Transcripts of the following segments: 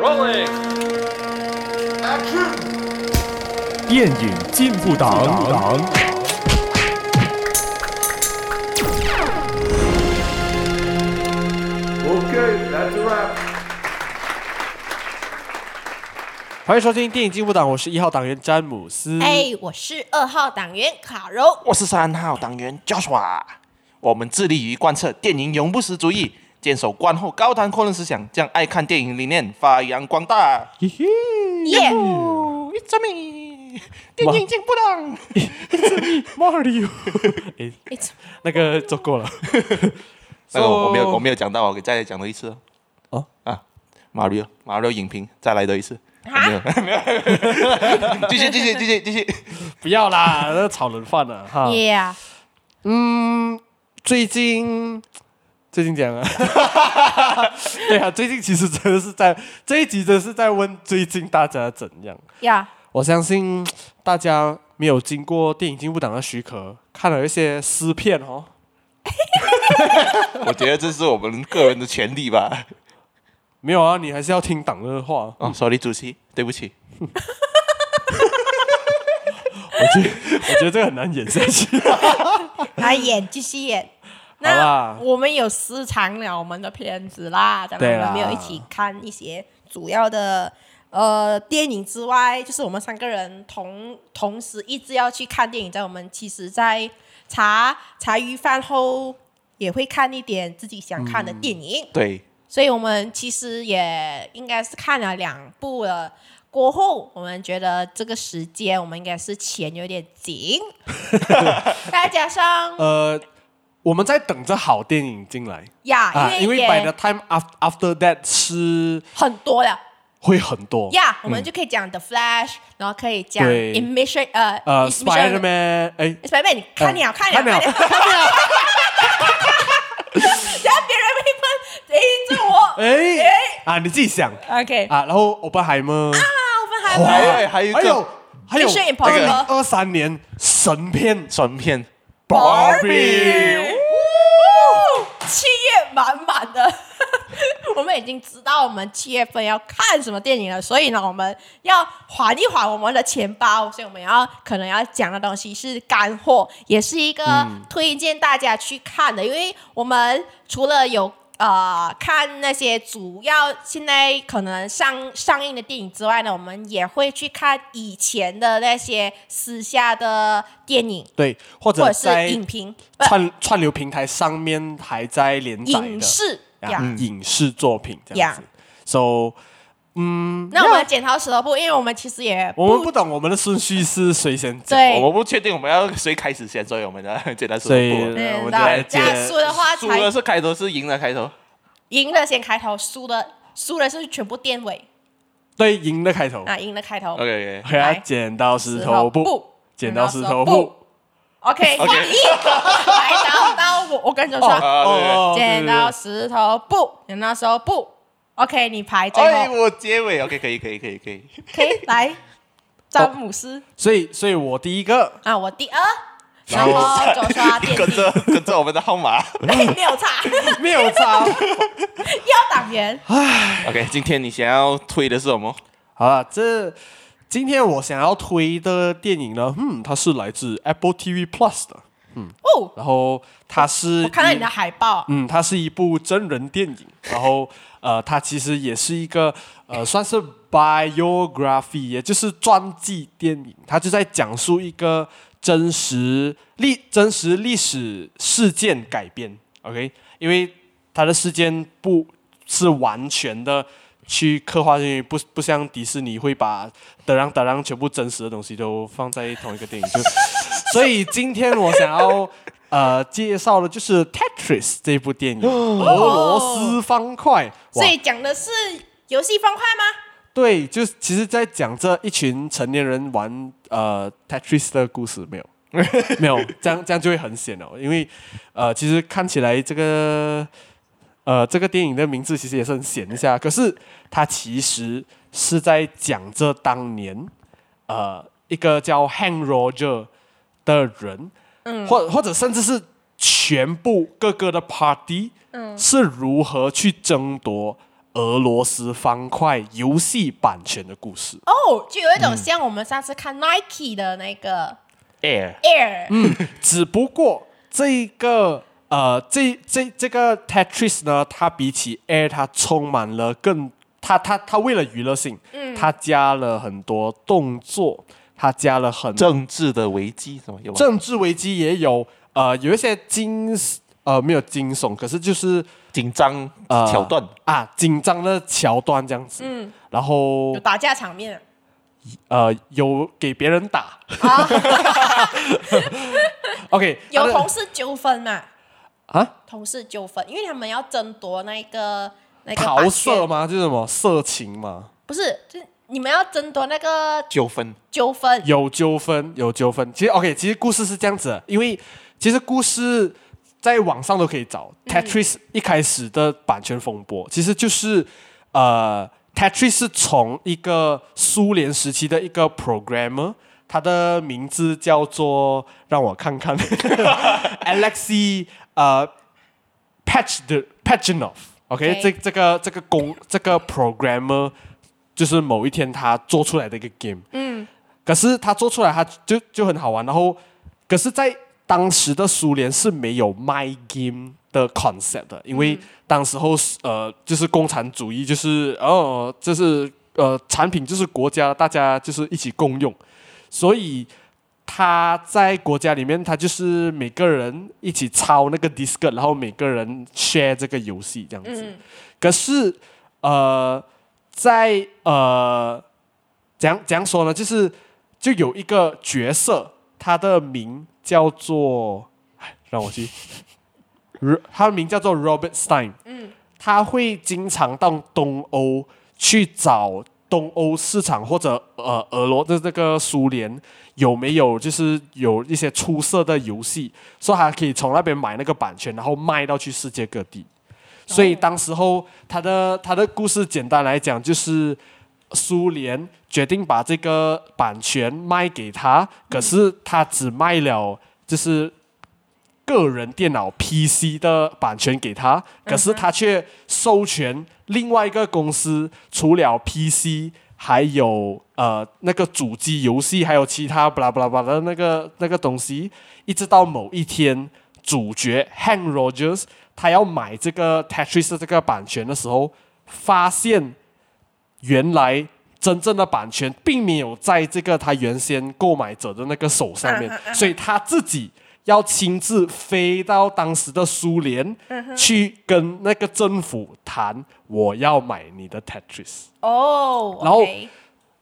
rolling. 电影进步党。 Okay, that's a wrap. 欢迎收听电影进步党，我是一号党员詹姆斯。哎、我是二号党员卡柔。我是三号党员 Joshua。我们致力于贯彻电影永不死主义，坚守观后高谈阔论思想，将爱看电影理念发扬光大。耶、哦，It's me，电影进步党。马 里奥，哎， It's- 那个做过了。 那个我没有，我没有讲到，我给再讲多一次。哦啊，Mario Mario 影评再来多一次。啊没有，没 有，继续继续继续继续。不要啦，那炒冷饭了哈。耶啊！嗯，最近最近讲啊， 对啊，最近其实真的是在这一集，真的是在问最近大家怎样。呀，我相信大家没有经过电影进步党的许可，看了一些撕片哦。我觉得这是我们个人的权利吧。没有啊，你还是要听党的话。哦，sorry，主席，对不起。我觉得这个很难演下去。来演，继续演。 好那啦我们有私藏了我们的片子啦，当对然啦我们没有一起看一些主要的呃电影之外，就是我们三个人同同时一直要去看电影，在我们其实，在茶茶余饭后也会看一点自己想看的嗯电影。对，所以我们其实也应该是看了两部了。过后，我们觉得这个时间我们应该是钱有点 紧，再加上 呃，我们在等着好电影进来啊呀，，因因为也 by the time after after that 是很多了会很多。呀，我们就可以讲 The Flash，然后可以讲嗯对 i m i s s i o n 呃呃 Miss Mission- ，Spiderman，哎， Spiderman，你看了看了看了了， 等下别人会问，哎，这我哎啊，你自己想 OK 啊，啊。然后 o p e n h e i m e 我们还还没有哎还有一还有个哎还有 Mission 二零 Impossible 二三年神片爽片。 Barbie，七月满满的， 我们已经知道我们七月份要看什么电影了，所以呢，我们要缓一缓我们的钱包，所以我们要可能要讲的东西是干货，也是一个推荐大家去看的，因为我们除了有。呃，看那些主要现在可能上上映的电影之外呢，我们也会去看以前的那些私下的电影对，或或者者是在影评、不串串流平台上面还在连载影的视呀。嗯啊影视作品这样子呀。 So 那我们检讨十二部，因为我们其实也我们不懂我们的顺序是谁先讲，对我们不确定我们要谁开始先，所以我们要简单说所以不。啊对呃我知就道来这样接输的话输了才哦是开头，是赢了开头。赢了先开头，输的输的是全部垫尾对赢的开头，啊，赢了开头 OK OK，给他来剪刀石头布，剪刀石头布。 OK，换你 来到到我，我跟着哦说，啊，对哦剪刀石头布，剪刀石头布，OK，你排最对哎，后我结尾 OK，可以可以可以可以。 ，OK，来詹姆斯所以，所以我第一个，啊，我第二，然后左刷垫跟底，着跟着我们的 号码。哎没有差， 没有差。要党员 OK，今天你想要推的是什么？好了，这今天我想要推的电影呢，嗯，它是来自 Apple TV Plus 的，哦，然后它是我看到一你的海报，嗯，它是一部真人电影，然后 呃，它其实也是一个呃，算是 biography，也就是传记电影，它就在讲述一个真实历真实历史事件改编。OK，因为它的事件不是完全的去刻画进去，不不像迪士尼会把德让德让全部真实的东西都放在同一个电影，就 所以今天我想要呃介绍的就是《Tetris》这部电影，俄罗斯方块。哇所以讲的是游戏方块吗？对，就是其实，在讲这一群成年人玩呃 Tetris 的故事，没有，没有，这样这样就会很显哦，因为呃，其实看起来这个呃这个电影的名字其实也是很显一下，可是它其实是在讲这当年呃一个叫 Hank Roger 的人，嗯，或或者甚至是全部各个的 party，嗯，是如何去争夺俄罗斯方块游戏版权的故事。哦，就有一嗯种像我们上次看 Nike 的那个 Air Air，嗯，只不过这个呃，这这这个 Tetris 呢，它比起 Air 它充满了更它它它为了娱乐性，它加了很多动作，它加了很政治的危机什么有吗？政治危机也有，呃，有一些惊呃没有惊悚，可是就是紧张呃桥段，啊紧张的桥段这样子，嗯，然后有打架场面， 呃有给别人打 啊， ，OK，有它的同事纠纷嘛？啊同事纠纷，因为他们要争夺那个那个桃版色权，吗？就是什么色情吗？不是，就是你们要争夺那个纠纷纠纷，有纠纷，有纠纷。其实 OK，其实故事是这样子的，因为其实故事在网上都可以找。Tetris 嗯一开始的版权风波，其实就是呃，Tetris 是从一个苏联时期的一个 programmer，他的名字叫做让我看看 ，Alexey 呃 Patch 的 Patchinov。OK， OK 这这个这个工这个 programmer 就是某一天他做出来的一个 game。可是他做出来，他就就很好玩。然后，可是，在当时的苏联是没有 My Game 的 concept 的，因为当时候是呃，就是共产主义，就是哦，就是呃，产品就是国家，大家就是一起共用，所以。他在国家里面，他就是每个人一起抄那个 disk，然后每个人 share 这个游戏这样子。可是，呃，在呃怎样怎样说呢？就是就有一个角色，他的名叫做，哎让我去，Ro- 他的名叫做 Robert Stein。嗯，他会经常到东欧去找东欧市场或者呃俄罗就是这个苏联有没有就是有一些出色的游戏，说他可以从那边买那个版权，然后卖到去世界各地。所以当时候他的他的故事简单来讲就是。苏联决定把这个版权卖给他，可是他只卖了就是个人电脑 PC 的版权给他，可是他却授权另外一个公司，除了 PC，还有呃那个主机游戏，还有其他巴拉巴拉巴拉的那个那个东西，一直到某一天，主角 Hank Rogers 他要买这个 Tetris 的这个版权的时候，发现原来。真正的版权并没有在这个他原先购买者的那个手上面嗯哼嗯，哼所以他自己要亲自飞到当时的苏联、嗯去跟那个政府谈，我要买你的 Tetris。哦，然后 OK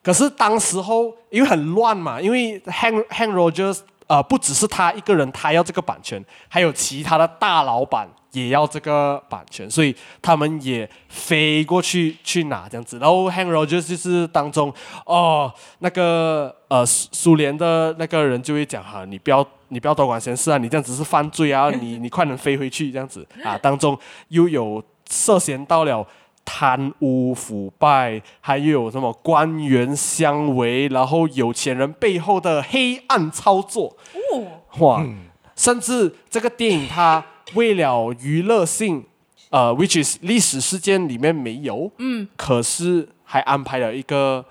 可是当时候因为很乱嘛，因为 Hank Hank Rogers 呃不只是他一个人，他要这个版权，还有其他的大老板也要这个版权，所以他们也飞过去去拿这样子。然后 Hank Rogers 就是当中哦那个呃苏苏联的那个人就会讲哈、啊你不要。你不要多管闲事啊！你这样子是犯罪啊！你你快点飞回去这样子啊！当中又有涉嫌到了贪污腐败，还有什么官员相为，然后有钱人背后的黑暗操作，哦，哇！甚至这个电影它为了娱乐性，呃，which is 历史事件里面没有，嗯，可是还安排了一个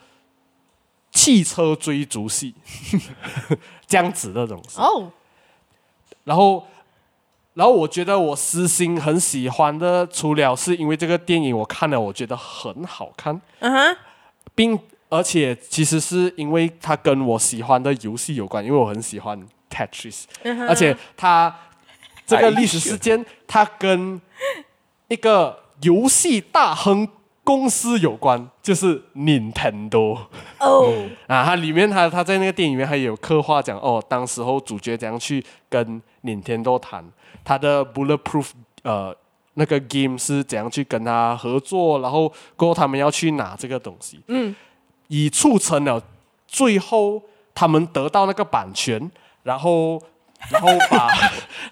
汽车追逐戏， 这样子的东西。哦，然后，然后我觉得我私心很喜欢的，除了是因为这个电影我看了，我觉得很好看，嗯哼，并而且其实是因为它跟我喜欢的游戏有关，因为我很喜欢 Tetris，、而嗯且它这个历史事件，它跟一个游戏大亨公司有关，就是 Nintendo。哦，啊，它里面它它在那个电影里面还有刻画讲哦，当时候主角怎样去跟 Nintendo 谈，他的 Bulletproof 呃那个 game 是怎样去跟他合作，然后过后他们要去拿这个东西，嗯，以促成了最后他们得到那个版权，然后然后把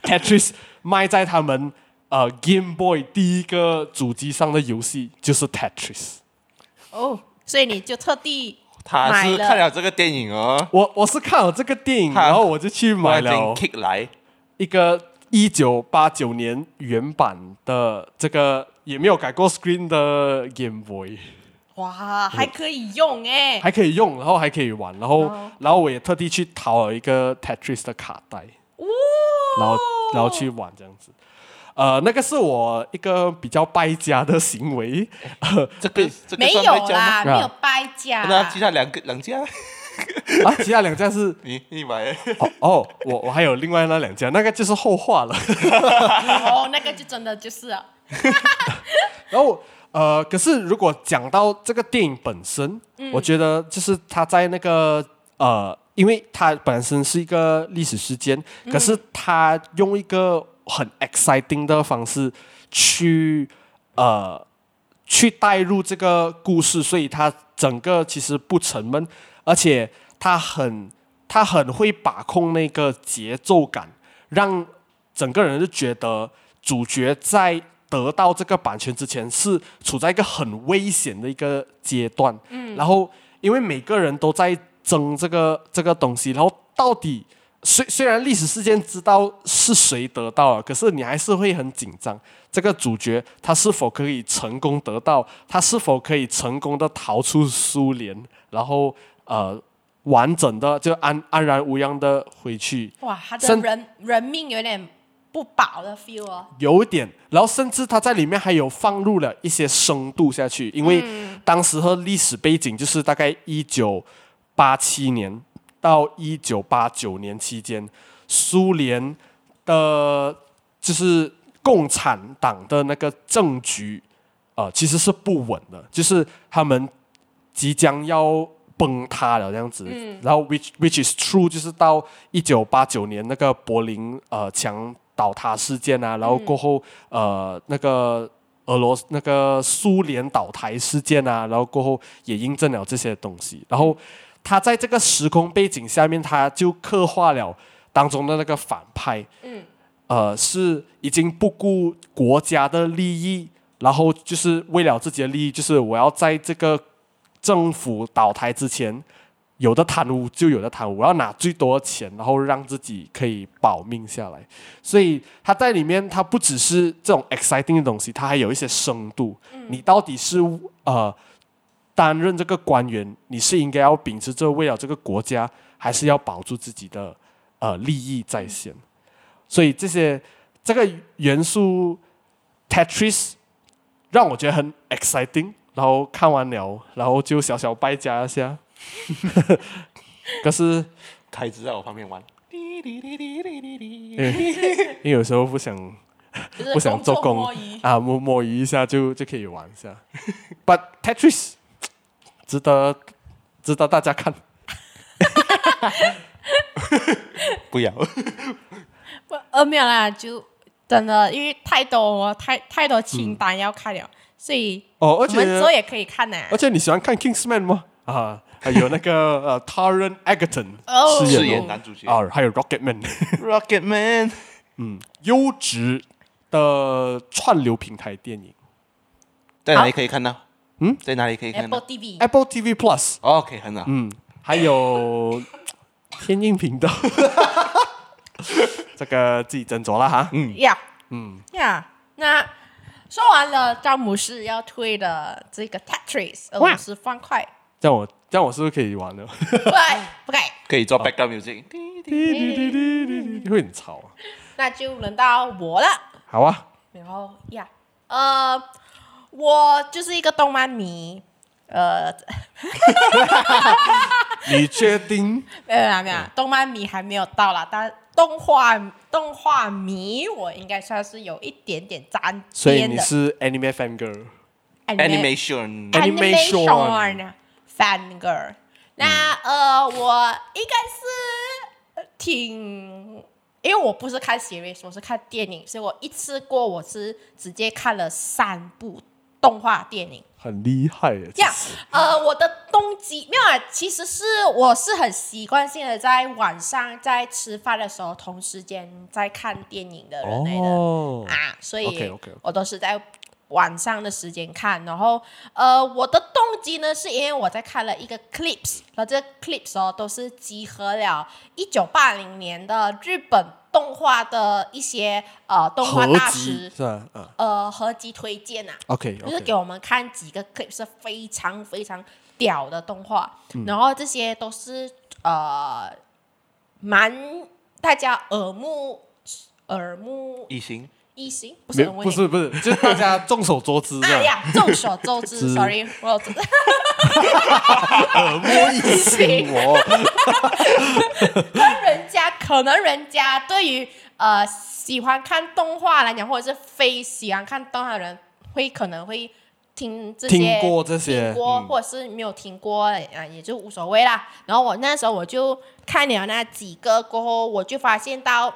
Tetris 卖在他们呃 Game Boy 第一个主机上的游戏就是 Tetris。哦，所以你就特地他买是了看了这个电影哦，我我是看了这个电影，看然后我就去买他已经了 kick 来一个一九八九年原版的这个也没有改过 screen 的 Game Boy 哇，还可以用哎、还可以用，然后还可以玩，然后、然后我也特地去淘了一个 Tetris 的卡带，哦，然后然后去玩这样子。呃，那个是我一个比较败家的行为，这个这个嗯没算有外交啦，吗？没有败家那啦，其他两个两家， 啊，其他两家是你你买哦哦，我我还有另外那两家，那个就是后话了。哦，那个就真的就是啊了然后呃，可是如果讲到这个电影本身，我觉得就是它在那个呃，因为它本身是一个历史事件，可是它用一个很 exciting 的方式去呃去带入这个故事，所以它整个其实不沉闷，而且它很它很会把控那个节奏感，让整个人就觉得主角在得到这个版权之前是处在一个很危险的一个阶段。嗯，然后因为每个人都在争这个这个东西，然后到底虽虽然历史事件知道是谁得到了，可是你还是会很紧张。这个主角他是否可以成功得到？他是否可以成功的逃出苏联？然后呃。完整的就安安然无恙的回去，哇，他的甚人人命有点不保的 feel 哦。有一点，然后甚至他在里面还有放入了一些深度下去，因为当时和历史背景就是大概一九八七年到一九八九年期间，苏联的就是共产党的那个政局，呃，其实是不稳的，就是他们即将要崩塌了这样子。然后 which which is true，就是到一九八九年那个柏林呃墙倒塌事件啊，然后过后、呃那个俄罗斯那个苏联倒台事件啊，然后过后也印证了这些东西。然后他在这个时空背景下面，他就刻画了当中的那个反派。呃，是已经不顾国家的利益，然后就是为了自己的利益，就是我要在这个政府倒台之前，有的贪污就有的贪污，我要拿最多的钱，然后让自己可以保命下来。所以它在里面，它不只是这种 exciting 的东西，它还有一些深度。你到底是呃担任这个官员，你是应该要秉持着为了这个国家，还是要保住自己的呃利益在先？所以这些这个元素 Tetris 让我觉得很 exciting，然后看完了，然后就小小败家一下。 可是凯子在我旁边玩，嗯因为有时候不想就是不想做工作工摸鱼啊，摸摸鱼一下就就可以玩一下。But Tetris 值得值得大家看。 不要，不呃没有啦，就真的因为太多太太多清单要看了，所以哦而我们且之后也可以看啊呐、而且你喜欢看 Kingsman 吗？啊，还有那个 呃 Taron Egerton 哦饰饰演演哦男主角啊，还有 Rocketman。 Rocket Man，优质的串流平台电影在哪里可以看到？嗯，在哪里可以看 Apple 到 TV ，Apple TV Plus， ？OK，很好。嗯，还有天映频道， 这个自己斟酌了哈。嗯，呀，嗯呀，那说完了詹姆士要推的这个 Tetris 俄罗斯 方块，这样我这样我是不是可以玩了？不该不该，可以做 background music。会很吵、啊。那就轮到我了。好啊，然后呀，呃，我就是一个动漫迷，呃，你确 定？没有啦，没有啦，动漫迷还没有到啦，但动画动画迷我应该算是有一点点沾所以边你的。是 anime fan girl， anime Animation， Animation animation fan girl。那呃，我应该是挺，因为我不是看 series，我是看电影，所以我一次过我是直接看了三部动画电影。很厉害耶。这样，呃，我的动机没有啊，其实是我是很习惯性的在晚上在吃饭的时候同时间在看电影的人来的。哦，啊，所以 OK，OK，OK 我都是在晚上的时间看。然后呃，我的动机呢，是因为我在看了一个 clips，然后这个 clips 哦，都是集合了一九八零年的日本动画的一些呃动画大集师是吧？啊呃合集推荐啊， ，OK 就是 OK，给我们看几个 clip 是非常非常屌的动画，嗯然后这些都是呃蛮大家耳目耳目异形一新，不是没耳目一不新是不是，就是大家众所周知啊的呀，众所周 知知，sorry，我有知道耳目一 新哦。人家可能人家对于呃喜欢看动画来讲，或者是非喜欢看动画的人，会可能会听这些听过这些嗯听过或者是没有听过啊、也就无所谓啦。然后我那时候我就看了那几个过后，我就发现到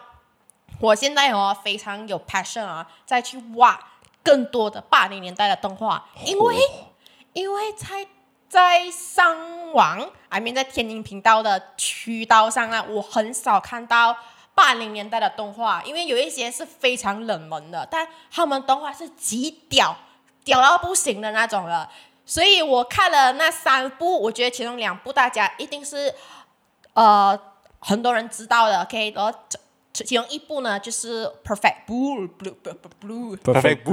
我现在哦非常有 passion 啊，再去挖更多的八零年代的动画，因为、因为在在上网，I mean 在天音频道的渠道上啊，我很少看到八零年代的动画，因为有一些是非常冷门的，但他们动画是极屌，屌到不行的那种了。所以我看了那三部，我觉得其中两部大家一定是呃很多人知道的，OK，然后这这其中一部呢就是 Perfect Blue Blue Blue Blue Perfect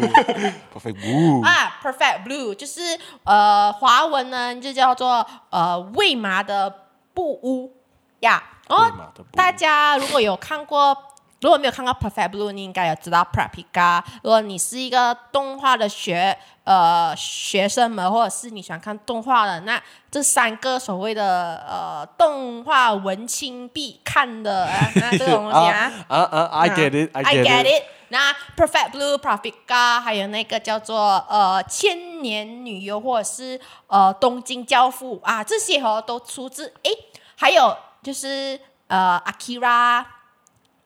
Blue，Perfect Blue，啊，Perfect Blue 就是呃华文呢就叫做呃魏麻的布屋呀。然后魏麻的布屋哦大家如果有看过，如果没有看过 Perfect Blue，你应该也知道 Paprika。如果你是一个动画的学呃学生们，或者是你喜欢看动画的，那这三个所谓的呃动画文青必看的啊，那这个东西啊。 啊啊！I get it, I I get get it。 it。那 Perfect Blue、Profika，还有那个叫做呃千年女优，或者是呃东京教父啊，这些哦都出自诶，还有就是呃 Akira、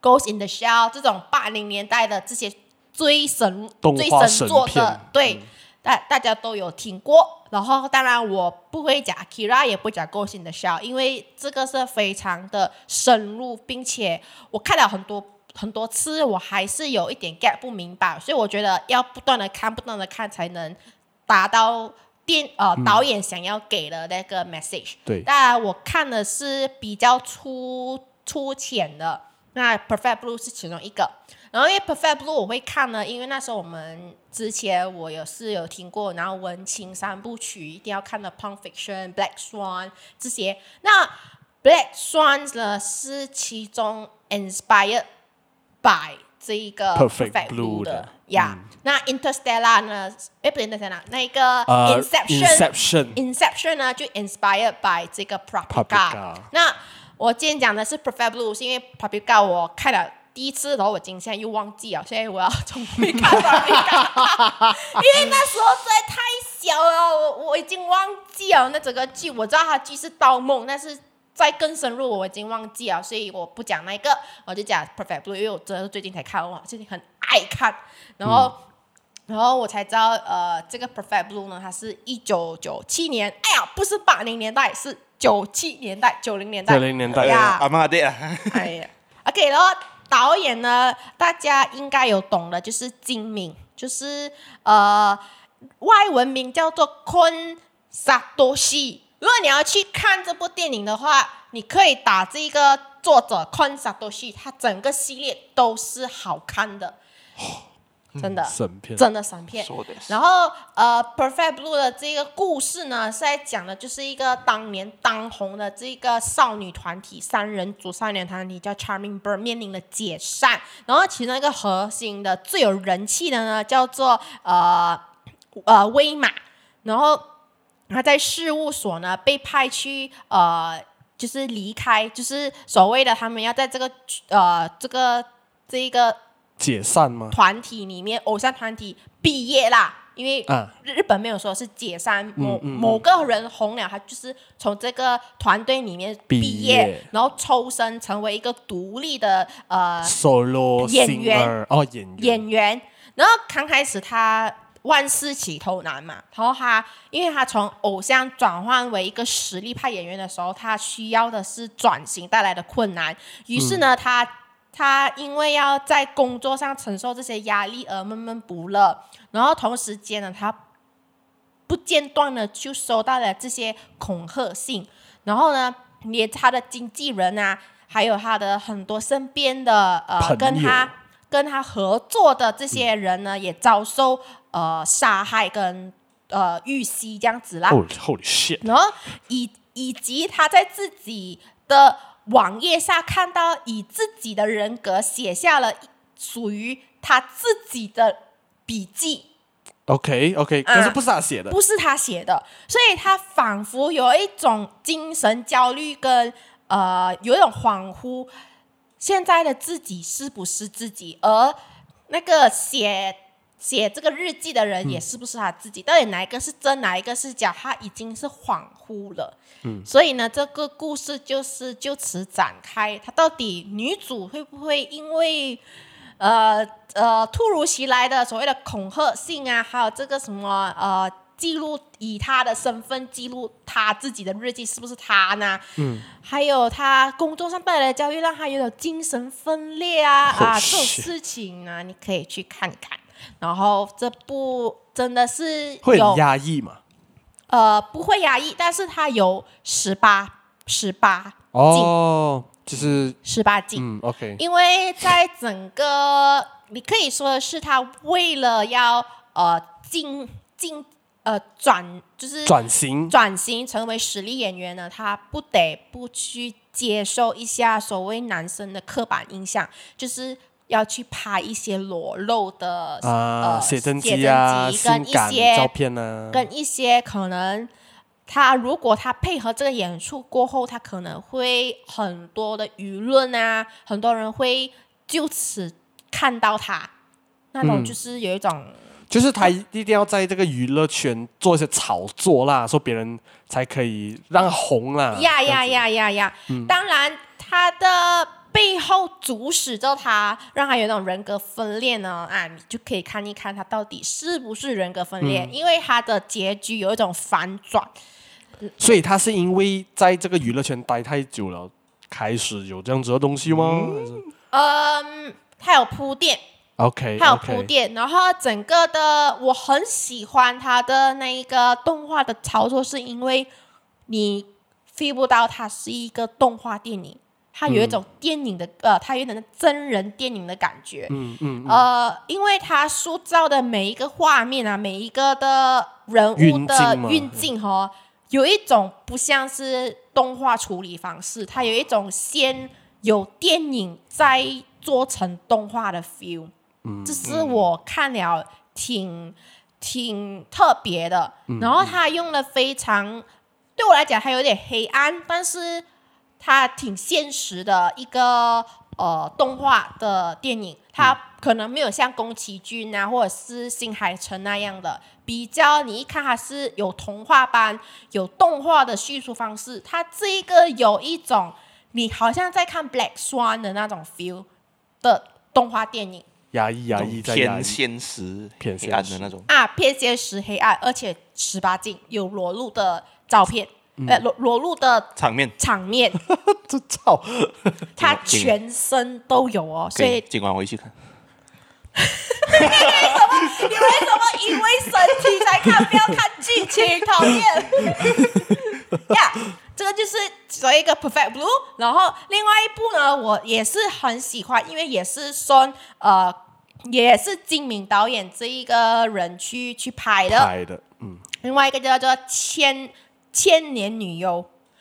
Ghost in the Shell 这种八零年代的这些最神动最画神作神的片，嗯对，大、大家都有听过。然后当然我不会讲 Akira，也不会讲 Ghost in the Shell，因为这个是非常的深入，并且我看了很多。很多次我还是有一点 get 不明白，所以我觉得要不断的看，不断的看才能达到电呃导演想要给的那个 message。嗯对当然我看的是比较粗粗浅的，那 Perfect Blue 是其中一个。然后因为 Perfect Blue 我会看呢，因为那时候我们之前我有是有听过，然后文青三部曲一定要看的《Pulp Fiction》《Black Swan》这些。那 Black Swan 呢是其中 inspired by 这一个 Perfect Blue 的的呀。那 Interstellar 呢？哎，不是 Interstellar，那一个呃 Inception。 ，Inception， Inception 呢，就 inspired by 这个 Paprika Paprika。那我今天讲的是 Perfect Blue，是因为 Paprika 我看了第一次，然后我今 天又忘记了，所以我要重新看 Paprika，因为那时候实在太小了，我我已经忘记了那整个剧，我知道它剧是《盗梦》，但是。再更深入，我已经忘记了，所以我不讲那个，我就讲 Perfect Blue，因为我真的是最近才看，哇，最近很爱看，然后。然后我才知道，呃，这个 Perfect Blue 呢，它是一九九七年，哎呀，不是八零年代，是九七年代、九零年代。 90年代哎阿呀，妈的啊，哎呀，OK，然后导演呢，大家应该有懂的，就是金敏，就是呃，外文名叫做昆萨多西。如果你要去看这部电影的话，你可以打这个作者昆萨多西，他整个系列都是好看的，哦真的。神片。真的闪片。说的是然后呃，Perfect Blue 的这个故事呢，是在讲的就是一个当年当红的这个少女团体三人组少年团体叫 Charming Bird 面临了解散，然后其中一个核心的最有人气的呢，叫做呃呃威马，然后他在事务所呢被派去呃。就是离开，就是所谓的他们要在这个呃这个这一个解散吗？团体里面，偶像团体毕业啦，因为啊日日本没有说是解散，某、嗯嗯某个人红了，他就是从这个团队里面毕毕业然后抽身成为一个独立的呃 solo 演员 singer 哦，演员演员。然后刚开始他万事起头难嘛，然后他因为他从偶像转换为一个实力派演员的时候，他需要的是转型带来的困难。于是嗯呢，他他因为要在工作上承受这些压力而闷闷不乐，然后同时间呢，他不间断的就收到了这些恐吓信，然后呢，连他的经纪人啊，还有他的很多身边的呃朋跟友他跟他合作的这些人呢，也遭受呃杀害跟呃遇袭这样子啦。 Holy holy shit！然后以以及他在自己的网页下看到以自己的人格写下了属于他自己的笔记， OK OK，啊可是不是他写的，不是他写的，所以他仿佛有一种精神焦虑跟呃有一种恍惚，现在的自己是不是自己？而那个写写这个日记的人也是不是他自己？到底哪一个是真，哪一个是假？他已经是恍惚了。嗯，所以呢，这个故事就是就此展开，他到底女主会不会因为？呃呃突如其来的所谓的恐吓性啊，还有这个什么呃记录以他的身份记录他自己的日记是不是他呢？嗯，还有他工作上带来的焦虑，让他有点精神分裂啊、 Oh, 啊这种 shit. 事情呢，你可以去看看。然后这部真的是会有很压抑嘛？呃不会压抑，但是它有十八十八禁哦，就是十八禁，嗯 OK，因为在整个，你可以说的是，他为了要呃进进呃转，就是转型转型成为实力演员呢，他不得不去接受一下所谓男生的刻板印象，就是要去拍一些裸露的啊，呃写真集集啊，性跟一感些嗯照片啊，跟一些可能他如果他配合这个演出过后，他可能会很多的舆论啊，很多人会就此看到他，那种嗯就是有一种、就是他一定要在这个娱乐圈做一些炒作啦，说别人才可以让红啦。呀这呀样子！嗯呀呀呀！当然，他的背后主使着他，让他有那种人格分裂呢啊，你就可以看一看他到底是不是人格分嗯裂，因为他的结局有一种反转，所以他是因为在这个娱乐圈待太久了，开始有这样子的东西吗还是嗯，他有铺垫。 ？OK，还有 OK 铺垫，然后整个的我很喜欢它的那一个动画的操作，是因为你 feel 不到它是一个动画电影，它有一嗯种电影的、呃，它有点真人电影的感觉，嗯嗯，呃，因为它塑造的每一个画面啊，每一个的人物运的镜嘛运镜哦，有一种不像是动画处理方式，它有一种先有电影再做成动画的 feel。这嗯是我看了挺挺特别的。嗯然后他用了非常对我来讲，它有点黑暗，但是它挺现实的一个呃动画的电影。它嗯可能没有像宫崎骏啊，或者是新海诚那样的比较，你一看它是有童话般、有动画的叙述方式。它这一个有一种你好像在看《Black Swan》的那种 feel 的动画电影。压抑压抑再压偏抑，现实、偏黑现暗实的那种。啊，偏些实黑暗，而且十八禁，有裸露的照片，嗯呃，裸裸露的场面。场 面，这操！他对全身都有哦，可所以以今晚回去看。你为什么因为身体才看，不要看剧情？讨厌！ 呀、这个就是所谓一个 perfect blue。然后另外一部呢，我也是很喜欢，因为也是说呃，也是金敏导演这一个人去去拍的。拍的，嗯，另外一个叫做千千年女优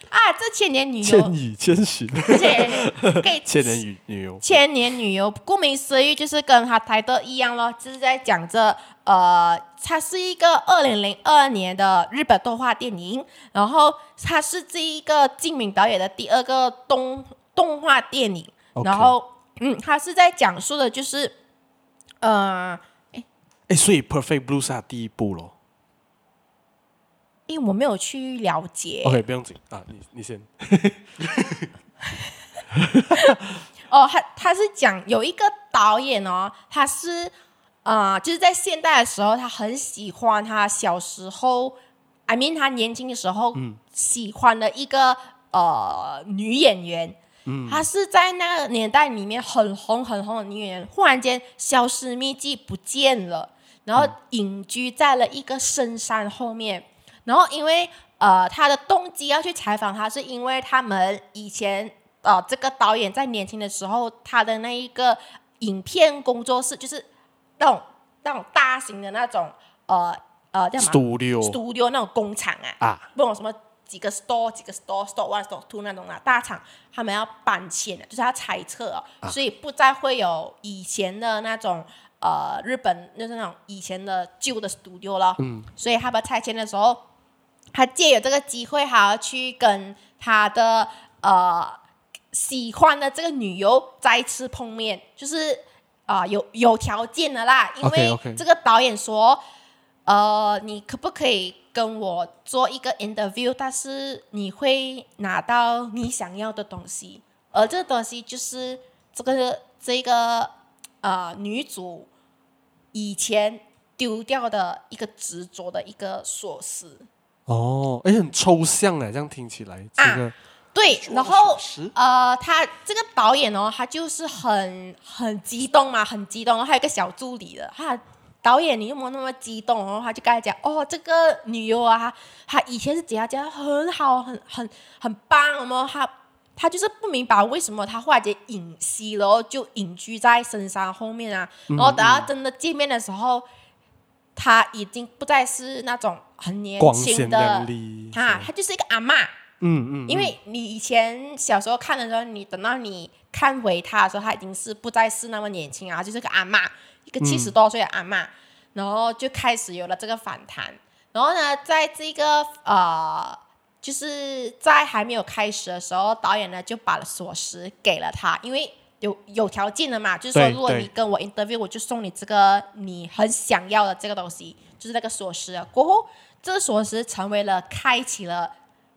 啊，这千年女千优，与千寻，而且可以 千年与女优，千年女优，顾名思义就是跟她抬的一样咯，就是在讲这呃，它是一个二零零二年的日本动画电影，然后它是这一个静敏导演的第二个动动画电影 OK 然后嗯，它是在讲述的就是呃，哎，所以 Perfect Blue 是他第一部咯。因为我没有去了解 OK，不用紧啊，你你先，哦，他他是讲有一个导演哦，他是呃，就是在现代的时候，他很喜欢他小时候，I mean 他年轻的时候、喜欢的一个呃女演员。她是在那个年代里面很红很红的女演员，忽然间消失匿迹不见了，然后隐居在了一个深山后面。然后因为呃，他的动机要去采访她，是因为他们以前呃，这个导演在年轻的时候，他的那一个影片工作室，就是那种那种大型的那种呃呃叫什么 studio studio 那种工厂啊，啊，不懂什么几个 store 几个 store store one store two 那种啊，大厂他们要搬迁的，就是要拆撤、哦，所以不再会有以前的那种呃日本就是那种以前的旧的 studio 了。嗯，所以他们拆迁的时候，他借有这个机会，还要去跟他的呃喜欢的这个女优再次碰面，就是啊、呃有有条件的啦，因为 OK，OK 这个导演说。呃，你可不可以跟我做一个 interview？但是你会拿到你想要的东西，而这个东西就是这个这个呃女主以前丢掉的一个执着的一个锁匙。哦，哎，很抽象哎，这样听起来这啊个对，做然后手势呃，他这个导演哦，他就是很很激动嘛，很激动，然后还有一个小助理的，他导演你有没有那么激动？然后他就跟他讲，哦，这个女优啊，她她以前是怎样怎样，很好，很很很棒，有没有？她她就是不明白为什么她忽然间隐息了，然后就隐居在深山后面啊，然后等到真的见面的时候。她已经不再是那种很年光轻鲜的亮丽是啊吧，她就是一个阿嬷。嗯嗯，因为你以前小时候看的时候，你等到你看回他的时候，他已经是不再是那么年轻啊，就是个阿嬷，一嗯个七十多岁的阿嬷，然后就开始有了这个反弹。然后呢，在这个呃，就是在还没有开始的时候，导演呢就把锁匙给了他，因为有有条件的嘛，就是说对如果对你跟我 interview，我就送你这个你很想要的这个东西，就是那个锁匙啊。过后，这个锁匙成为了开启了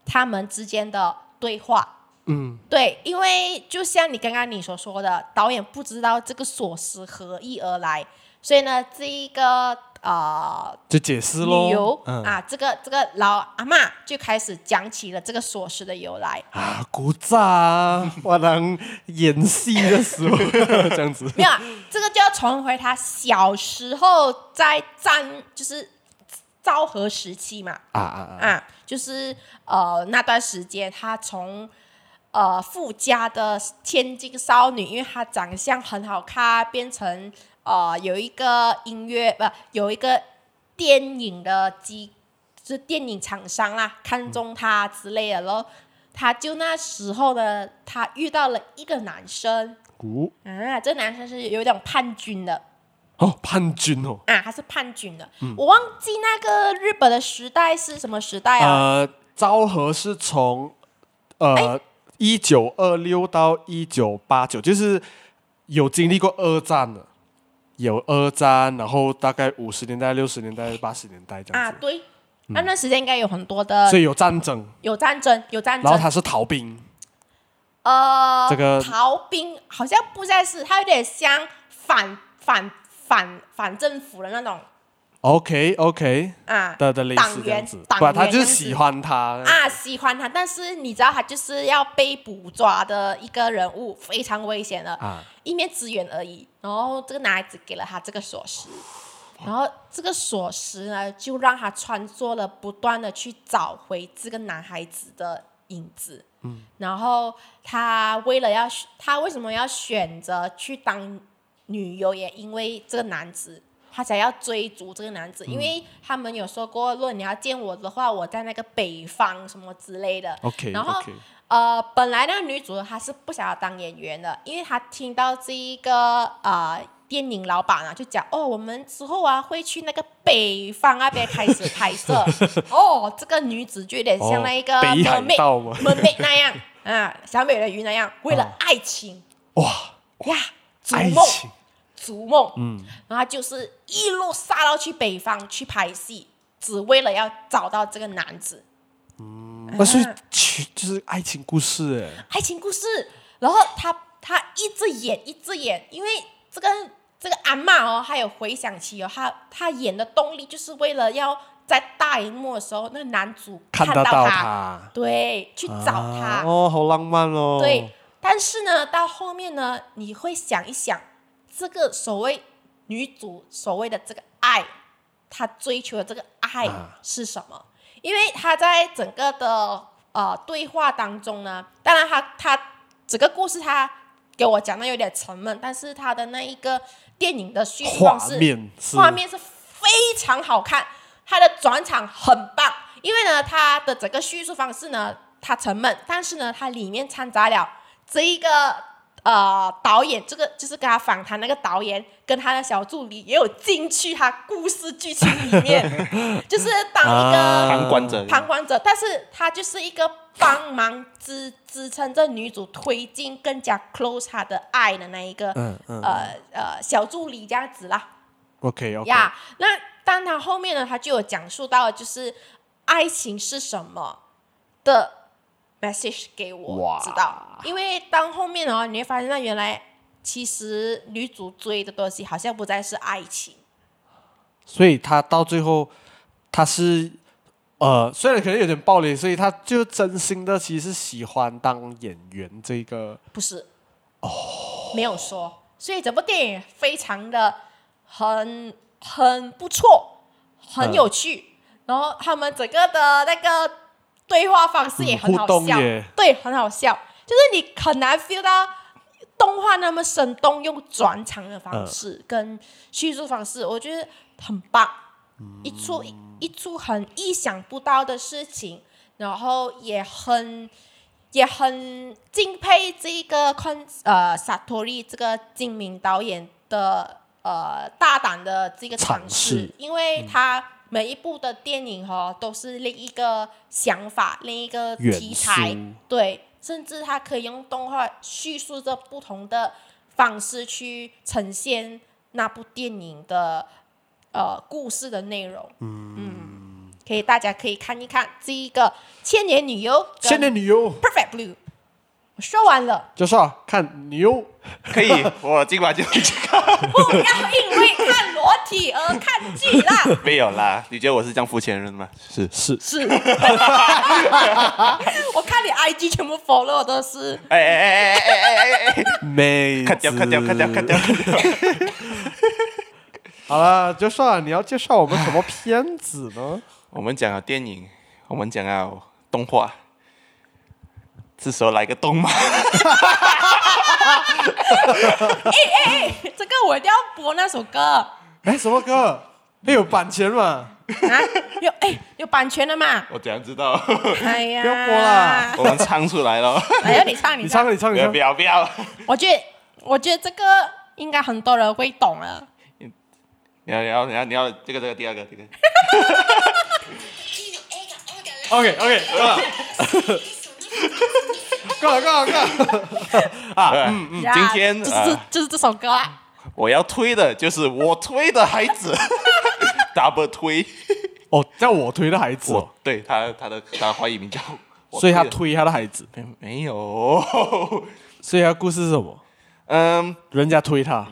他们之间的对话。嗯，对，因为就像你刚刚你所说的，导演不知道这个锁匙何意而来，所以呢，这一个呃就解释喽，旅游、嗯啊，这个这个老阿嬷就开始讲起了这个锁匙的由来。啊，鼓掌啊，我能演戏的时候 这样子， 没有啊，这个就要重回他小时候在战，就是昭和时期嘛，啊啊啊，啊，就是呃那段时间，她从呃富家的千金少女，因为她长相很好看，变成呃有一个音乐不、有一个电影的机，就是电影厂商啦看中她之类的，然后她就那时候呢，她遇到了一个男生鼓啊，这男生是有一种叛军的。哦，叛军哦，啊，他是叛军的，嗯我忘记那个日本的时代是什么时代啊？呃，昭和是从哎呃一九二六到一九八九，就是有经历过二战的，有二战，然后大概五十年代、六十年代、八十年代这啊，样子，嗯对，那段时间应该有很多的所以有战争，有战争，有战然后争。他是逃兵，呃，这个逃兵好像不再是，他有点像反反反反政府的那种 OK OK 啊的的类似党这样员子，党不，员他就这是样子喜欢他啊，喜欢他，但是你知道他就是要被捕抓的一个人物，非常危险的，啊一面之缘而已。然后这个男孩子给了他这个锁匙，然后这个锁匙呢，就让他穿梭了，不断的去找回这个男孩子的影子。嗯，然后他为了要选，他为什么要选择去当女优，也因为这个男子。他才要追逐这个男子，因为他们有说过，如果你要见我的话，我在那个北方什么之类的。 ，OK 然后 OK，呃，本来那个女主她是不想要当演员的，因为她听到这一个呃电影老板啊就讲哦，我们之后啊会去那个北方那边开始 拍摄。哦，这个女子就有点像那一个哦北海 mermaid、道吗 mermaid 那样啊，小美人鱼那样，为了爱情哇，呀，逐爱梦情逐梦，嗯，然后她就是一路杀到去北方去拍戏，只为了要找到这个男子。嗯啊，所以其就是爱情故事哎。爱情故事，然后他他一直演一直演，因为这个这个阿嬷哦，她有回想起哦，她她演的动力就是为了要在大荧幕的时候，那个男主看到得她，到他对，去找他，啊哦，好浪漫哦。对，，但是呢，到后面呢，你会想一想，这个所谓女主所谓的这个爱，她追求的这个爱啊是什么？因为她在整个的呃对话当中呢，当然她她整个故事它给我讲的有点沉闷，但是它的那一个电影的叙事画方式面是画面是非常好看，它的转场很棒。因为呢，它的整个叙述方式呢，它沉闷，但是呢，它里面掺杂了这一个呃导演，这个就是跟他访谈那个导演跟他的小助理也有进去他故事剧情里面，就是当一个啊旁观者，旁观者，但是他就是一个帮忙支支撑着女主推进更加 close 她的爱的那一个，嗯嗯呃呃小助理这样子啦。 OK OK，呀那当他后面呢，他就有讲述到就是爱情是什么的 message 给我哇知道，因为当后面哦，你会发现到原来其实女主追的东西好像不再是爱情，所以他到最后他是呃，虽然可能有点暴力，所以他就真心的其实是喜欢当演员这个。不是哦，没有说，所以整部电影非常的很很不错，很嗯有趣，然后他们整个的那个对话方式也嗯很好互动笑，也对，很好笑，就是你很难 feel 到动画那么生动，用转场的方式、跟叙述方式，我觉得很棒，一出一出很意想不到的事情，然后也很。也很敬佩这一个昆呃萨托利这个精明导演的呃大胆的这个尝尝试试，因为他每一部的电影哈、哦、都是另一个想法，另一个元题材素，对，甚至他可以用动画叙述着不同的方式去呈现那部电影的呃故事的内容，嗯。可以，大家可以看一看这一个《千年女优》跟现在女优 Perfect Blue。我说完了，就是啊看女优，可以，我今晚就去看。不要因为看裸体而看剧啦。没有啦，你觉得我是这样肤浅的人吗？是是是， 我看你 IG 全部 follow 都是哎哎哎哎哎哎哎哎！妹砍掉，砍掉，砍掉，砍掉，砍掉！好了，就算了你要介绍我们什么片子呢？我们讲了电影，我们讲了动画，是时候来个动漫。哎这个我一定要播那首歌啊，哎，什么歌？哎，有版权嘛？有哎有版权的嘛？我怎样知道？ 哎呀，不要播啦我们唱出来了。哎呀，你唱你你唱，唱，你唱，不你要唱不。要不要！我觉得我觉得这个应该很多人会懂了。你要你要你要你要这个这个第二个这个。 OK OK，够了，够了，够了。啊，嗯嗯，今天就是这啊，就是这首歌啊，我要推的就是我推的孩 子，double 推。哦，叫我推的孩子哦，我对他他的他的华语名叫，我所以他推的推他的孩子，没没有，所以他故事是什么？ 嗯，人家推他，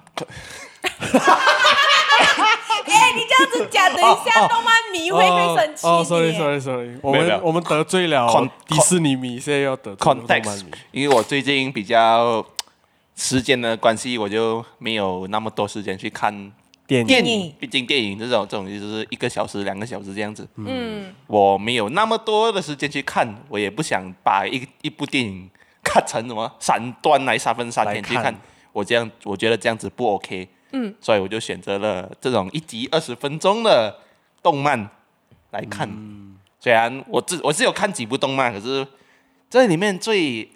哎，你这样子讲，等一下动漫迷会会生气哦的哦，sorry sorry sorry，我没有们我们得罪了 Con- 迪士尼迷，现在要得罪动漫 context，迷。因为我最近比较时间的关系，我就没有那么多时间去看电电电影影，毕竟电影这种这种就是一个小时、两个小时这样子，嗯，我没有那么多的时间去看，我也不想把一一部电影看成什么三段来三分三天去来看看，我这样我觉得这样子不 OK，嗯，所以我就选择了这种一集二十分钟的动漫来看。虽然我只我是有看几部动漫，可是这里面最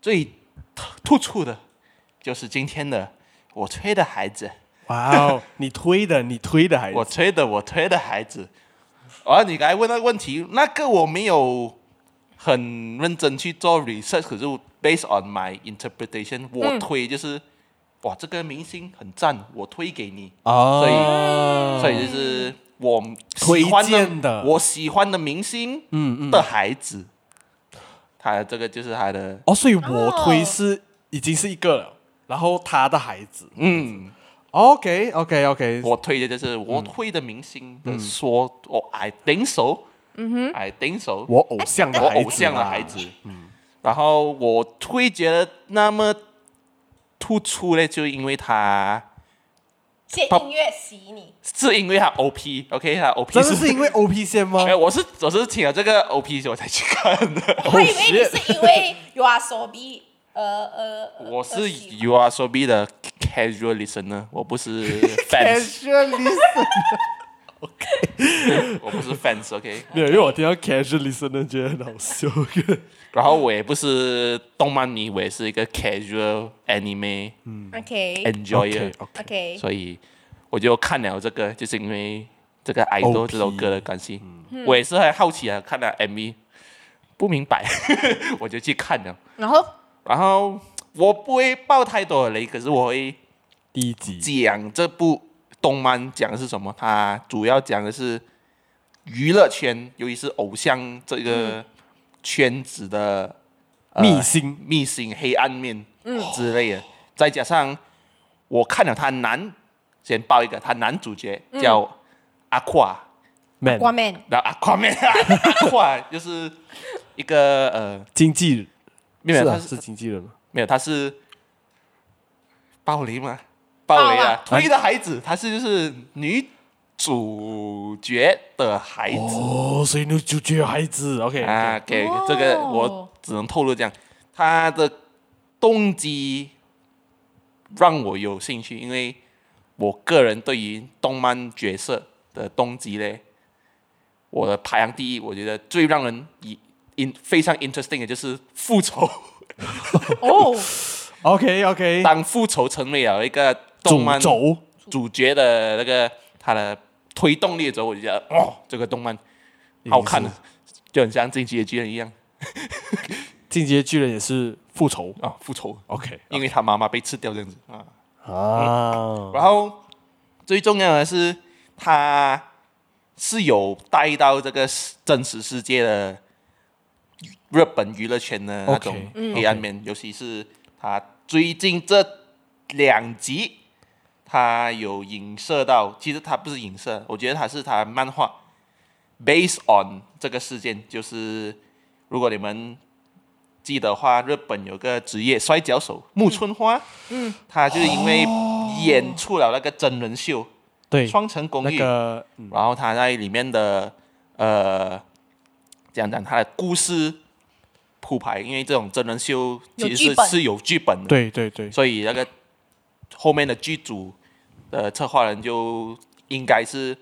最突出的就是今天的我吹的孩子。哇哦，你推的，你推的孩我子，推的，我推的孩子。而你刚才问那个问题，那个我没有很认真去做 research，可是 based on my interpretation，我推就是、哇，这个明星很赞，我推给你。所以哦，所以就是我推喜欢荐的我喜欢的明星，嗯的孩子，他这个就是他的，哦，所以我推是已经是一个了，然后他的孩子嗯， ，OK OK OK，我推的就是我推的明星嗯的说，我 I think so，嗯哼，I think so，我偶像的我孩子，啊偶像的孩，子，嗯，然后我会觉得那么突出呢，就因为他先音乐洗你，是因为他 OP，OK，、他 OP 真的是因 为 OP 线吗哎、？我是我是请了这个 OP 我才去看的，我以为你是因为 You Are So b e 呃呃，呃我呃是 喜 U R S O B 的 casual listener，我不是 fans，我不是 fans，OK、 没有，因为我听到 casual listener 觉得很好笑。 然后我也不是动漫迷，我也是一个 casual anime OK enjoyer，、 OK，所以我就看了这个，就是因为这个《爱豆 OP》这首歌的关系。我也是很好奇啊，看了 MV，不明白， 我就去看了。然后然后我不会爆太多的雷，可是我会第一集讲这部动漫讲的是什么。它主要讲的是娱乐圈，尤其是偶像这嗯个圈子的、呃密星密信、黑暗面之类的。再加上我看了他男，先报一个，他男主角叫嗯阿胯， man 挂面然后阿胯 面阿胯就是一个呃，经纪人，没有是他啊是是经纪人吗？没有他是暴雷吗？暴雷啊！暴啊推的孩子，他是就是女主角的孩子。哦，所以你就觉得孩子 OK 啊，给、哦这个我只能透露这样，他的动机让我有兴趣，因为我个人对于动漫角色的动机嘞，我的排行第一，我觉得最让人以 in 非常 interesting 的就是复仇。哦， OK OK，当复仇成为了一个动漫轴主角的那个他的推动力的时候，我就觉得哦，这个动漫好看也啊是，就很像《进击的巨人》一样进阶巨人也是复仇啊，复仇。 OK 因为他妈妈被吃掉这样子啊。啊，然后最重要的是，他是有带到这个世真实世界的日本娱乐圈的那种 OK，嗯黑暗面尤其是他最近这两集，他有影射到，其实他不是影射，我觉得他是他漫画 based on 这个事件，就是如果你们。记得的话，日本有个职业摔跤手木村花，嗯，他就是因为演出了那个真人秀对，《双嗯城公那寓》个然后他在里面的呃，这样讲他的故事铺排，因为这种真人秀其有实剧是本是有剧本的，对对对，所以那个后面的剧组的策划人就应该是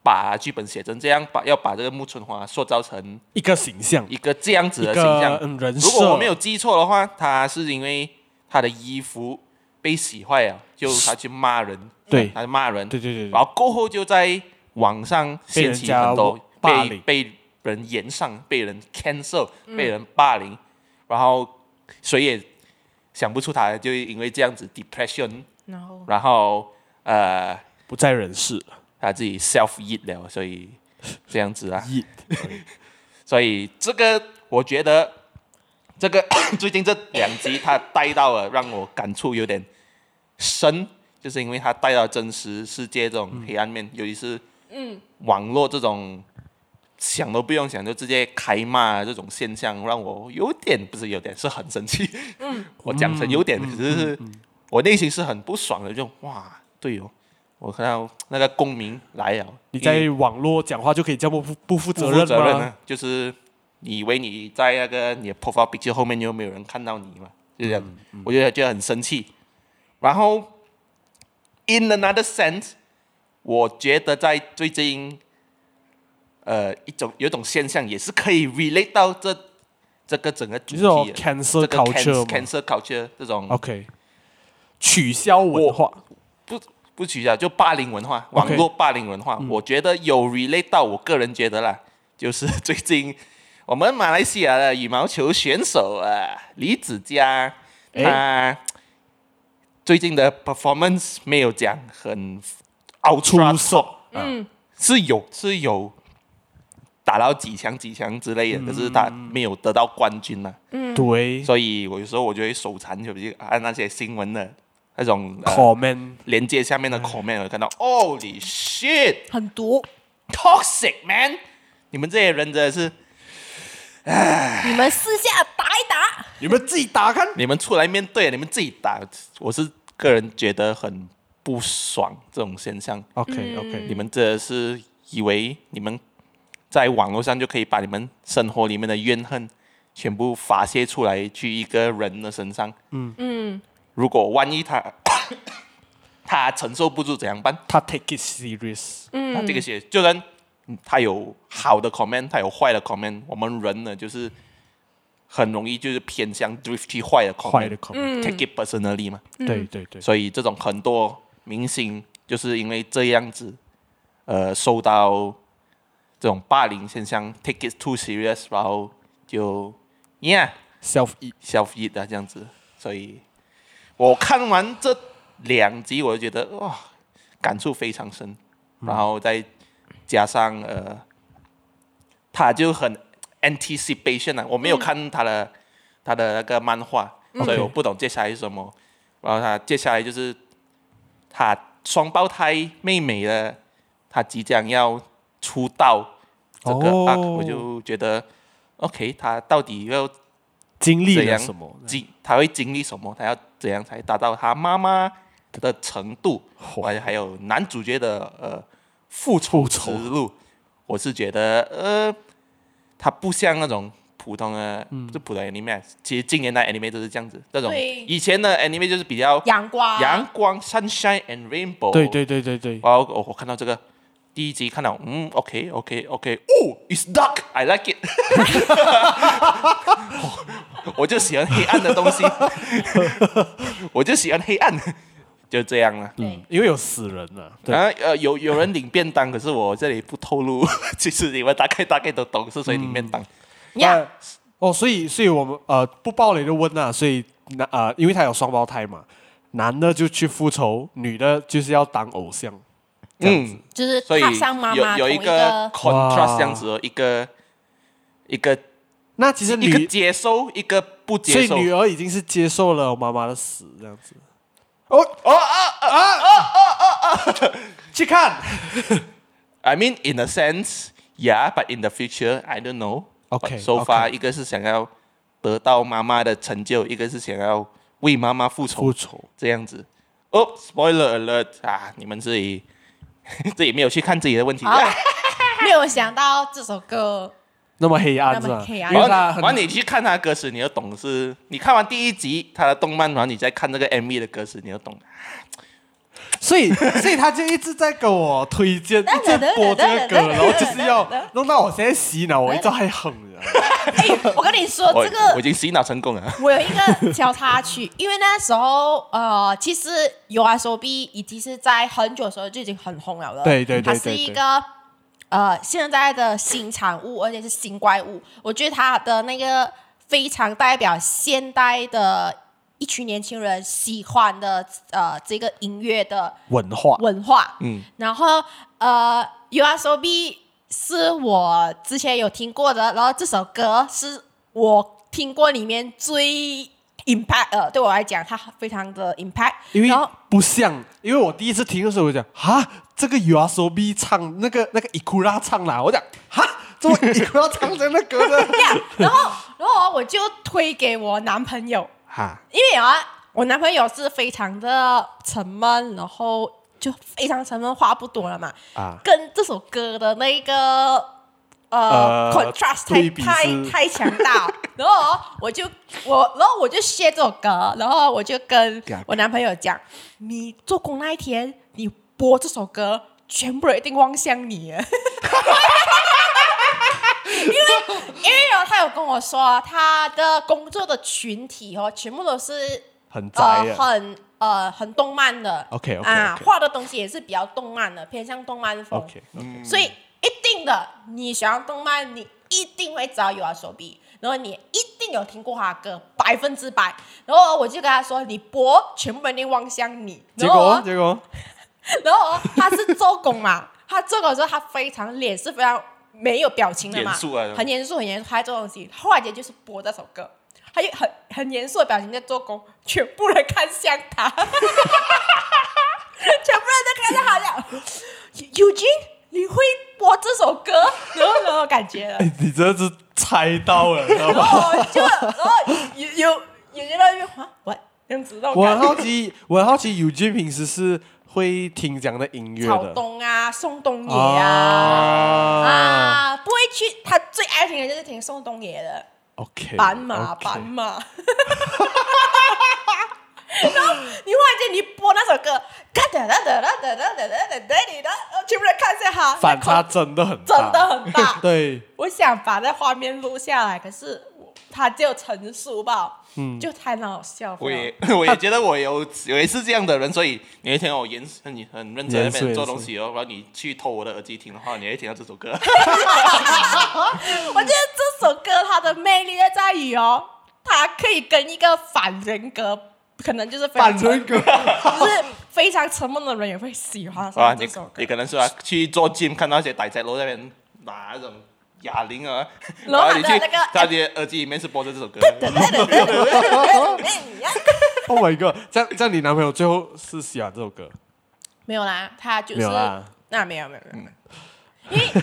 把剧本写成这样，把要把这个木村花塑造成一个形象一个这样子的一个形象。嗯人如果设我没有记错的话，他是因为他的衣服被洗坏了，就他去骂人，对他就骂人，对对对对然后过后就在网上掀起很多被人家霸被凌被人延上、被人 cancel、被人霸凌，然后谁也想不出他就因为这样子 depression，然后然后呃不在人世他自己 self eat 了，所以这样子啊， Eat 所以这个我觉得这个 最近这两集他带到了让我感触有点深，就是因为他带到真实世界这种黑暗面，尤其是网络这种想都不用想就直接开骂这种现象，让我有点不是有点是很生气。我讲成有点，只是我内心是很不爽的，就哇，对哦，我看到那个公民来了，你因为在网络讲话就可以这么不不负不责负任责任啊吗呢？？就是你以为你在那个你的 profile picture 后面又没有人看到你嘛，就这样，嗯我觉得觉得很生气。然后，in another sense，我觉得在最近，呃，一种有一种现象也是可以 relate 到这这个整个主你这种题的， cancel 啊这个 culture 吗哦 cancer culture 这种 OK，取消文化不取消，就霸凌文化，网 OK 络霸凌文化我觉得有 relate 到，我个人觉得啦，就是 最近我们马来西亚的羽毛球选手啊，李子嘉，诶他最近的 performance 没有讲很出 ultra，售，是有是有打到几强几强之类的，可是他没有得到冠军呐、对所以我有时候我就会手残，就是按啊那些新闻的那种、呃，comment 连接下面的 comment，我看到，Holy shit，toxic 很毒， man，你们这些人真的是，你们私下打一打，你们自己打看。你们出来面对，你们自己打，我是个人觉得很不爽这种现象。 OK OK，你们这是以为你们在网络上就可以把你们生活里面的怨恨全部发泄出来去一个人的身上。嗯，如果万一他 他承受不住怎样办？他 take it serious，他这个写，就算他有好的 comment，他有坏的 comment，我们人呢就是很容易就是偏向 drift 去坏的 comment，嗯坏的 comment， take it personally 嘛。对对对，所以这种很多明星就是因为这样子，呃，受到这种霸凌现象，take it too serious，然后就 yeah self eat， self eat 啊这样子。所以我看完这两集，我就觉得哇、感触非常深。然后再加上呃，他就很 anticipation 啊，我没有看他的、他的那个漫画，所以我不懂接下来是什么。然后他接下来就是他双胞胎妹妹的，他即将要出道这个 a 哦我就觉得 OK，他到底要经历怎了样什么？经他会经历什么，他要怎样才达到他妈妈的程度，而且还有男主角的呃复仇之路，我是觉得呃，他不像那种普通的，嗯不是普通 anime，其啊实近年来 anime 都是这样子，这种对以前的 anime 就是比较阳光，阳光 sunshine and rainbow，对对对对对，然后我我看到这个第一集看到，嗯，OK OK OK，哦，It's dark，I like it 我。我就喜欢黑暗的东西， 我就喜欢黑暗， 就这样了。对，因为有死人了，对，然后呃，有有人领便当，可是我这里不透露。 其实你们大概大概都懂是谁领便嗯当。呀，哦，所以所以我们呃不暴雷的问啊，所以那呃，因为他有双胞胎嘛，男的就去复仇，女的就是要当偶像，嗯，就是所以踏上妈妈有有同一一个 contrast 哇这样子哦，一个一个那其实一个女，接受，一个不所接以受。女儿已经是接受了妈妈的死这样子。哦哦啊啊啊啊啊啊！去看 I mean, in a sense, yeah, but in the future, I don't know. OK， But so far， OK 一个是想要得到妈妈的成就，一个是想要为妈妈复仇，复仇，这样子。哦、s p o i l e r alert 啊！你们自己 自己没有去看自己的问题。啊好，没有想到这首歌，那么黑暗是那么吧？黑暗因为他然后，然后很你去看他的歌词，你就懂是。你看完第一集他的动漫，然后你再看这个 MV 的歌词，你就懂。所 以所以他就一直在跟我推荐，一直播这个歌，然后就是要弄到我现在洗脑，我一直还哼你知道吗哎，我跟你说 我这个哦我已经洗脑成功了。我有一个小插曲，因为那时候呃，其实 U S O B 已经是在很久的时候就已经很红了的，对对对它对是一对个呃现在的新产物，而且是新怪物。我觉得它的那个非常代表现代的一群年轻人喜欢的呃这个音乐的文化文化，嗯，然后呃，U.S.O.B 是我之前有听过的，然后这首歌是我听过里面最 impact 呃，对我来讲它非常的 impact，因为然后不像，因为我第一次听的时候我就讲哈，这个 U S O B 唱那个那个伊库拉唱啦，我讲哈， 怎么伊库拉唱成那歌呢？呀，然后然后我就推给我男朋友，哈，因为啊，我男朋友是非常的沉闷，然后就非常沉闷，话不多了嘛。啊，跟这首歌的那个呃呃 contrast 对比太是太太强 大了，然后哦我就我然后我就 share 这首歌，然后我就跟啊我男朋友讲，你做工那一天你播这首歌，全部人一定望向你。 因为哦，他有跟我说，他的工作的群体哦，全部都是很宅呃啊，很呃很动漫的 OK，OK，OK 啊，画的东西也是比较动漫的，偏向动漫风。 OK，嗯所以一定的，你想要动漫，你一定会找 U S O B，然后你一定有听过他的歌，百分之百。然后我就跟他说，你播全部人都望向你。结然后果哦结果 然后哦他是做工嘛， 他做工的时候他非常脸是非常没有表情的嘛，严肃啊很严肃很严肃，他在做东西。后来也就是播这首歌，他就很很严肃的表情在做工，全部人看向他， 全部人都看向他了。友军，你会播这首歌？然后然后感觉了，哎你真的是猜到了，你知道然 吗？后我就然后有有有觉得就啊，我这样子那种我很感觉好奇，我很好奇，友军平时是会听这样的音乐草的东啊，宋冬野啊啊啊，不会去，他最爱听的就是听宋冬野的。 OK，斑马嗯 OK 斑马。然后你忽然间你播那首歌，哒哒哒哒哒哒哒哒哒哒哒哒，全部人看一下哈，反差那口真的很大，。真的很大 对，我想把那画面录下来，可是我它只有成熟吧，嗯，就太让我笑我了也 我也觉得我有有一次这样的人，所以你会听到我严很很认真在那严肃边做严肃东西哦，然后你去偷我的耳机听的话，你会听到这首歌。我觉得这首歌它的魅力就在于哦，它可以跟一个反人格，可能就是非常反人格，就是非常沉默的人也会喜欢啊，上这你首歌你。可能是吧？去做 gym 看到一些大宅佬在那边拿那种哑铃 啊，然然后后他你的去那个他的耳机里面是播着这首 歌， 哎 Oh my god！这样这样，你男朋友最后是喜欢这首歌？没有啦，他就是没有啦嗯那没有没有没有。没有 因为因为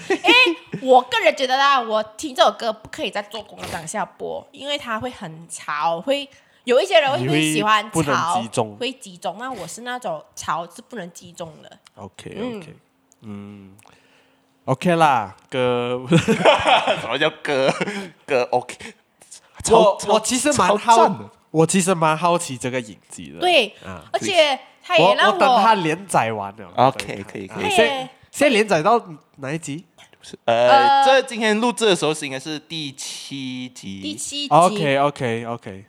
我个人觉得啦，我听这首歌不可以在做工的当下播，因为它会很吵，会有一些人你会会喜欢不能吵，集中会集中。那我是那种吵是不能集中的。 OK OK，嗯，OK 啦，哥， 什么叫歌歌 OK？我超超我其实蛮超赞好的，我其实蛮好奇这个影集的。对，啊而且他我也让我等它连载完了。 OK，可以可以哎现现在连载到哪一集呃，呃这今天录制的时候是应该是第七第集，七集？OK OK OK。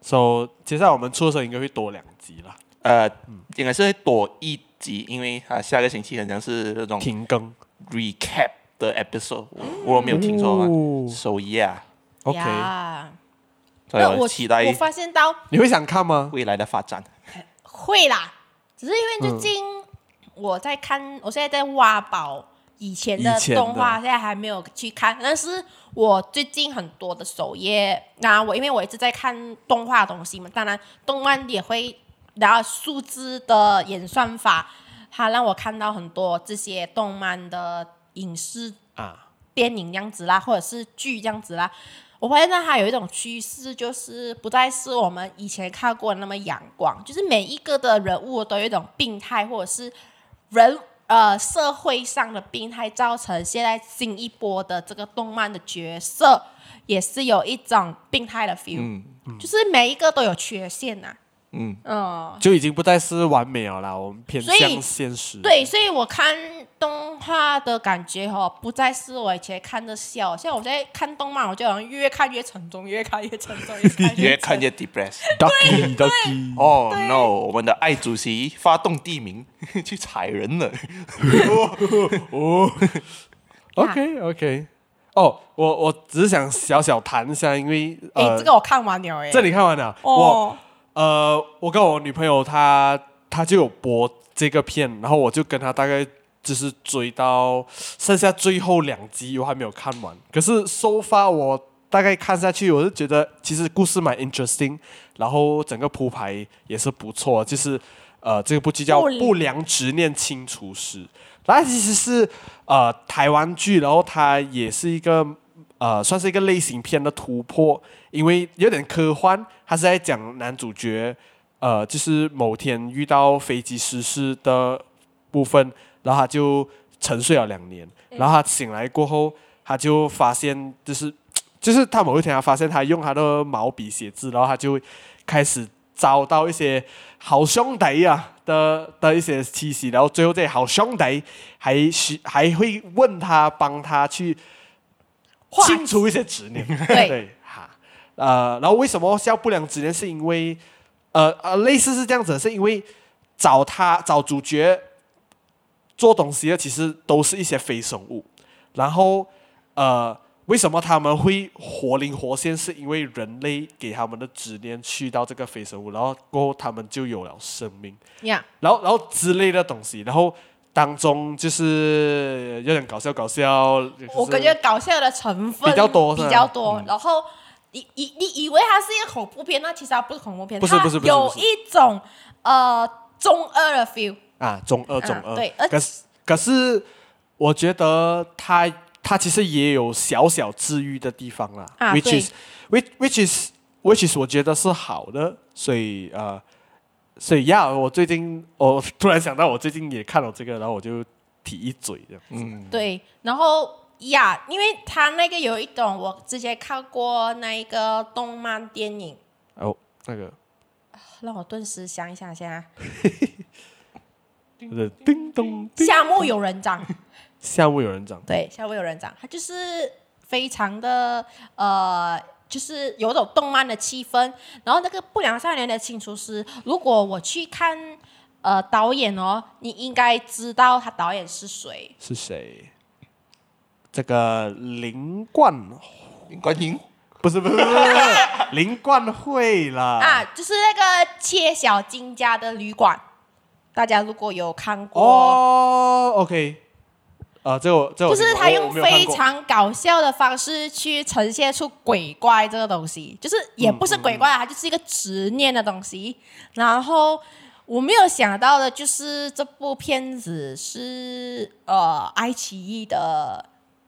So，接下来我们出的时候应该会多两集啦，呃，应该是会躲一集，因为啊下个星期好像是那种停更。 recap 的 episode，我我没有听错哦啊，So yeah， OK，呀哎所以那我我期待我发现到你会想看吗？未来的发展。会啦，只是因为嗯最近我在看，我现在在挖宝以前的以前的动画，现在还没有去看。但是我最近很多的首页，那我因为我一直在看动画的东西嘛，当然动漫也会，然后数字的演算法，它让我看到很多这些动漫的影视啊，电影这样子啦，或者是剧这样子啦。我发现到它有一种趋势，就是不再是我们以前看过的那么阳光，就是每一个的人物都有一种病态，或者是人呃社会上的病态，造成现在新一波的这个动漫的角色也是有一种病态的 feel，、嗯就是每一个都有缺陷啊呐、嗯，嗯，就已经不再是完美了啦，我们偏所以向现实。对，所以我看动画的感觉哈、不再是我以前看的笑，像我现在看动漫，我就好像越看越沉重，越看越沉重，越 看越越沉看越 depress。 ，Ducky Ducky，哦、no！我们的爱主席发动地名 去踩人了。哦，OK OK，哦，我我只是想小小谈一下，因为哎、呃，这个我看完了哎、这里看完了，哦我呃，我跟我女朋友她她就有播这个片，然后我就跟她大概就是追到剩下最后两集，我还没有看完。可是 so far 我大概看下去，我就觉得其实故事蛮 interesting，然后整个铺排也是不错，就是呃，这个部剧叫不《不良执念清除师》，它其实是呃台湾剧，然后它也是一个呃算是一个类型片的突破，因为有点科幻，它是在讲男主角呃就是某天遇到飞机失事的部分，然后他就沉睡了两年，然后他醒来过后，他就发现就是。就是他某一天，他发现他用他的毛笔写字，然后他就开始遭到一些好兄弟啊的的一些气息，然后最后这些好兄弟还需还会问他帮他去化清除一些执念，对哈，呃，然后为什么叫不良执念？是因为呃呃，类似是这样子的，是因为找他找主角做东西的，其实都是一些非生物，然后呃。为什么他们会活灵活现？是因为人类给他们的执念去到这个非生物，然后过后他们就有了生命。呀然后然后之类的东西，然后当中就是有点搞笑搞笑，就是我感觉搞笑的成分比较多是吧比较多。嗯然后你你你以为它是一个恐怖片，那其实它不是恐怖片，不是它不是不是有不是一种呃中二的 feel。啊中二中二，对而可是可是我觉得他他其实也有小小治愈的地方啦、啊 w h i 对 c h is which which is which is 我觉得是好的，所以呃。所以呀我最近我 嗯嗯突然想到，我最近也看了这个，然后我就提一嘴这样。对，然后呀因为他那个有一种我之前看过那一个动漫电影，哦，那个，让我顿时想一想先啊，就是叮咚， 《叮夏目友人帐》夏目友人帐，对，《夏目友人帐》它就是非常的呃，就是有种动漫的气氛。然后那个不良少年的清除师，如果我去看呃导演哦，你应该知道他导演是谁。是谁？这个林冠，林冠英不是不是不是不 是林冠慧啦。啊，就是那个切小金家的旅馆，大家如果有看过，哦，OK，啊，这个我这个就我是听过他我用我没有看非过常搞笑的方式去呈现出鬼怪这个东西，就是也不是鬼怪啊，嗯它就是一个执念的东西。然后我没有想到的就是这部片子是呃爱奇艺的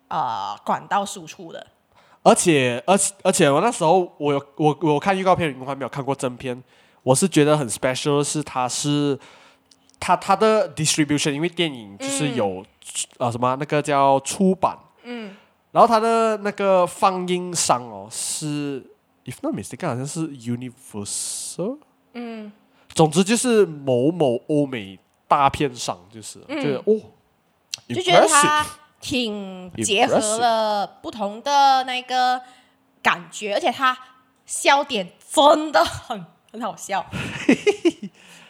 呃管道输出的，而且而且而且我那时候我有我我有看预告片，我还没有看过正片，我是觉得很 special，的是它是它它的 distribution，因为电影就是嗯有、呃什么那个叫出版，嗯，然后它的那个放映商哦是 if not mistaken 好像是 Universal，嗯，总之就是某某欧美大片商，就是、就是哦，嗯就觉得 impressive 它挺结合了不同的那个感觉，而且它笑点真的很很好 笑。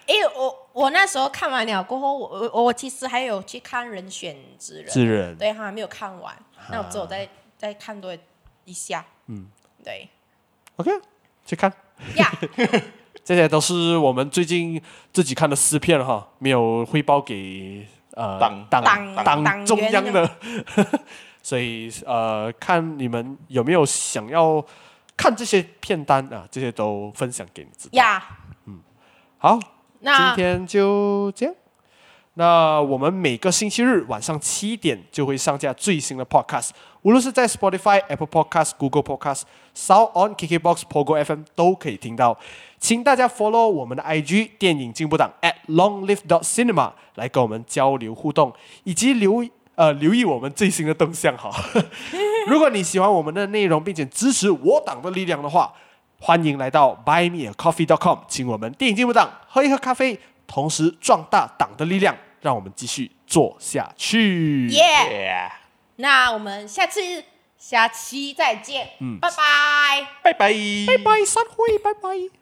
因为我我那时候看完了过后，我我我其实还有去看《人选之人》，之人对，还没有看完，那我之后再再看多一下。嗯，对 OK 去看。呀，这些都是我们最近自己看的诗片哈，没有汇报给呃党党党党党中员央那的， 所以呃，看你们有没有想要看这些片单啊，这些都分享给你知道。 呀，好，今那天就这样。那我们每个星期日晚上七点就会上架最新的 podcast，无论是在 Spotify、Apple Podcast、Google Podcast、Sound On、KKBox、Pogo FM 都可以听到。请大家 follow 我们的 IG 电影进步党 at long live dot cinema 来跟我们交流互动，以及留呃留意我们最新的动向哈。如果你喜欢我们的内容，并且支持我党的力量的话，欢迎来到 buymeacoffee.com，请我们电影进步党喝一喝咖啡，同时壮大党的力量，让我们继续做下去。耶， ，Yeah，那我们下次下期再见，嗯，拜拜。拜拜，拜拜拜，散会，拜拜。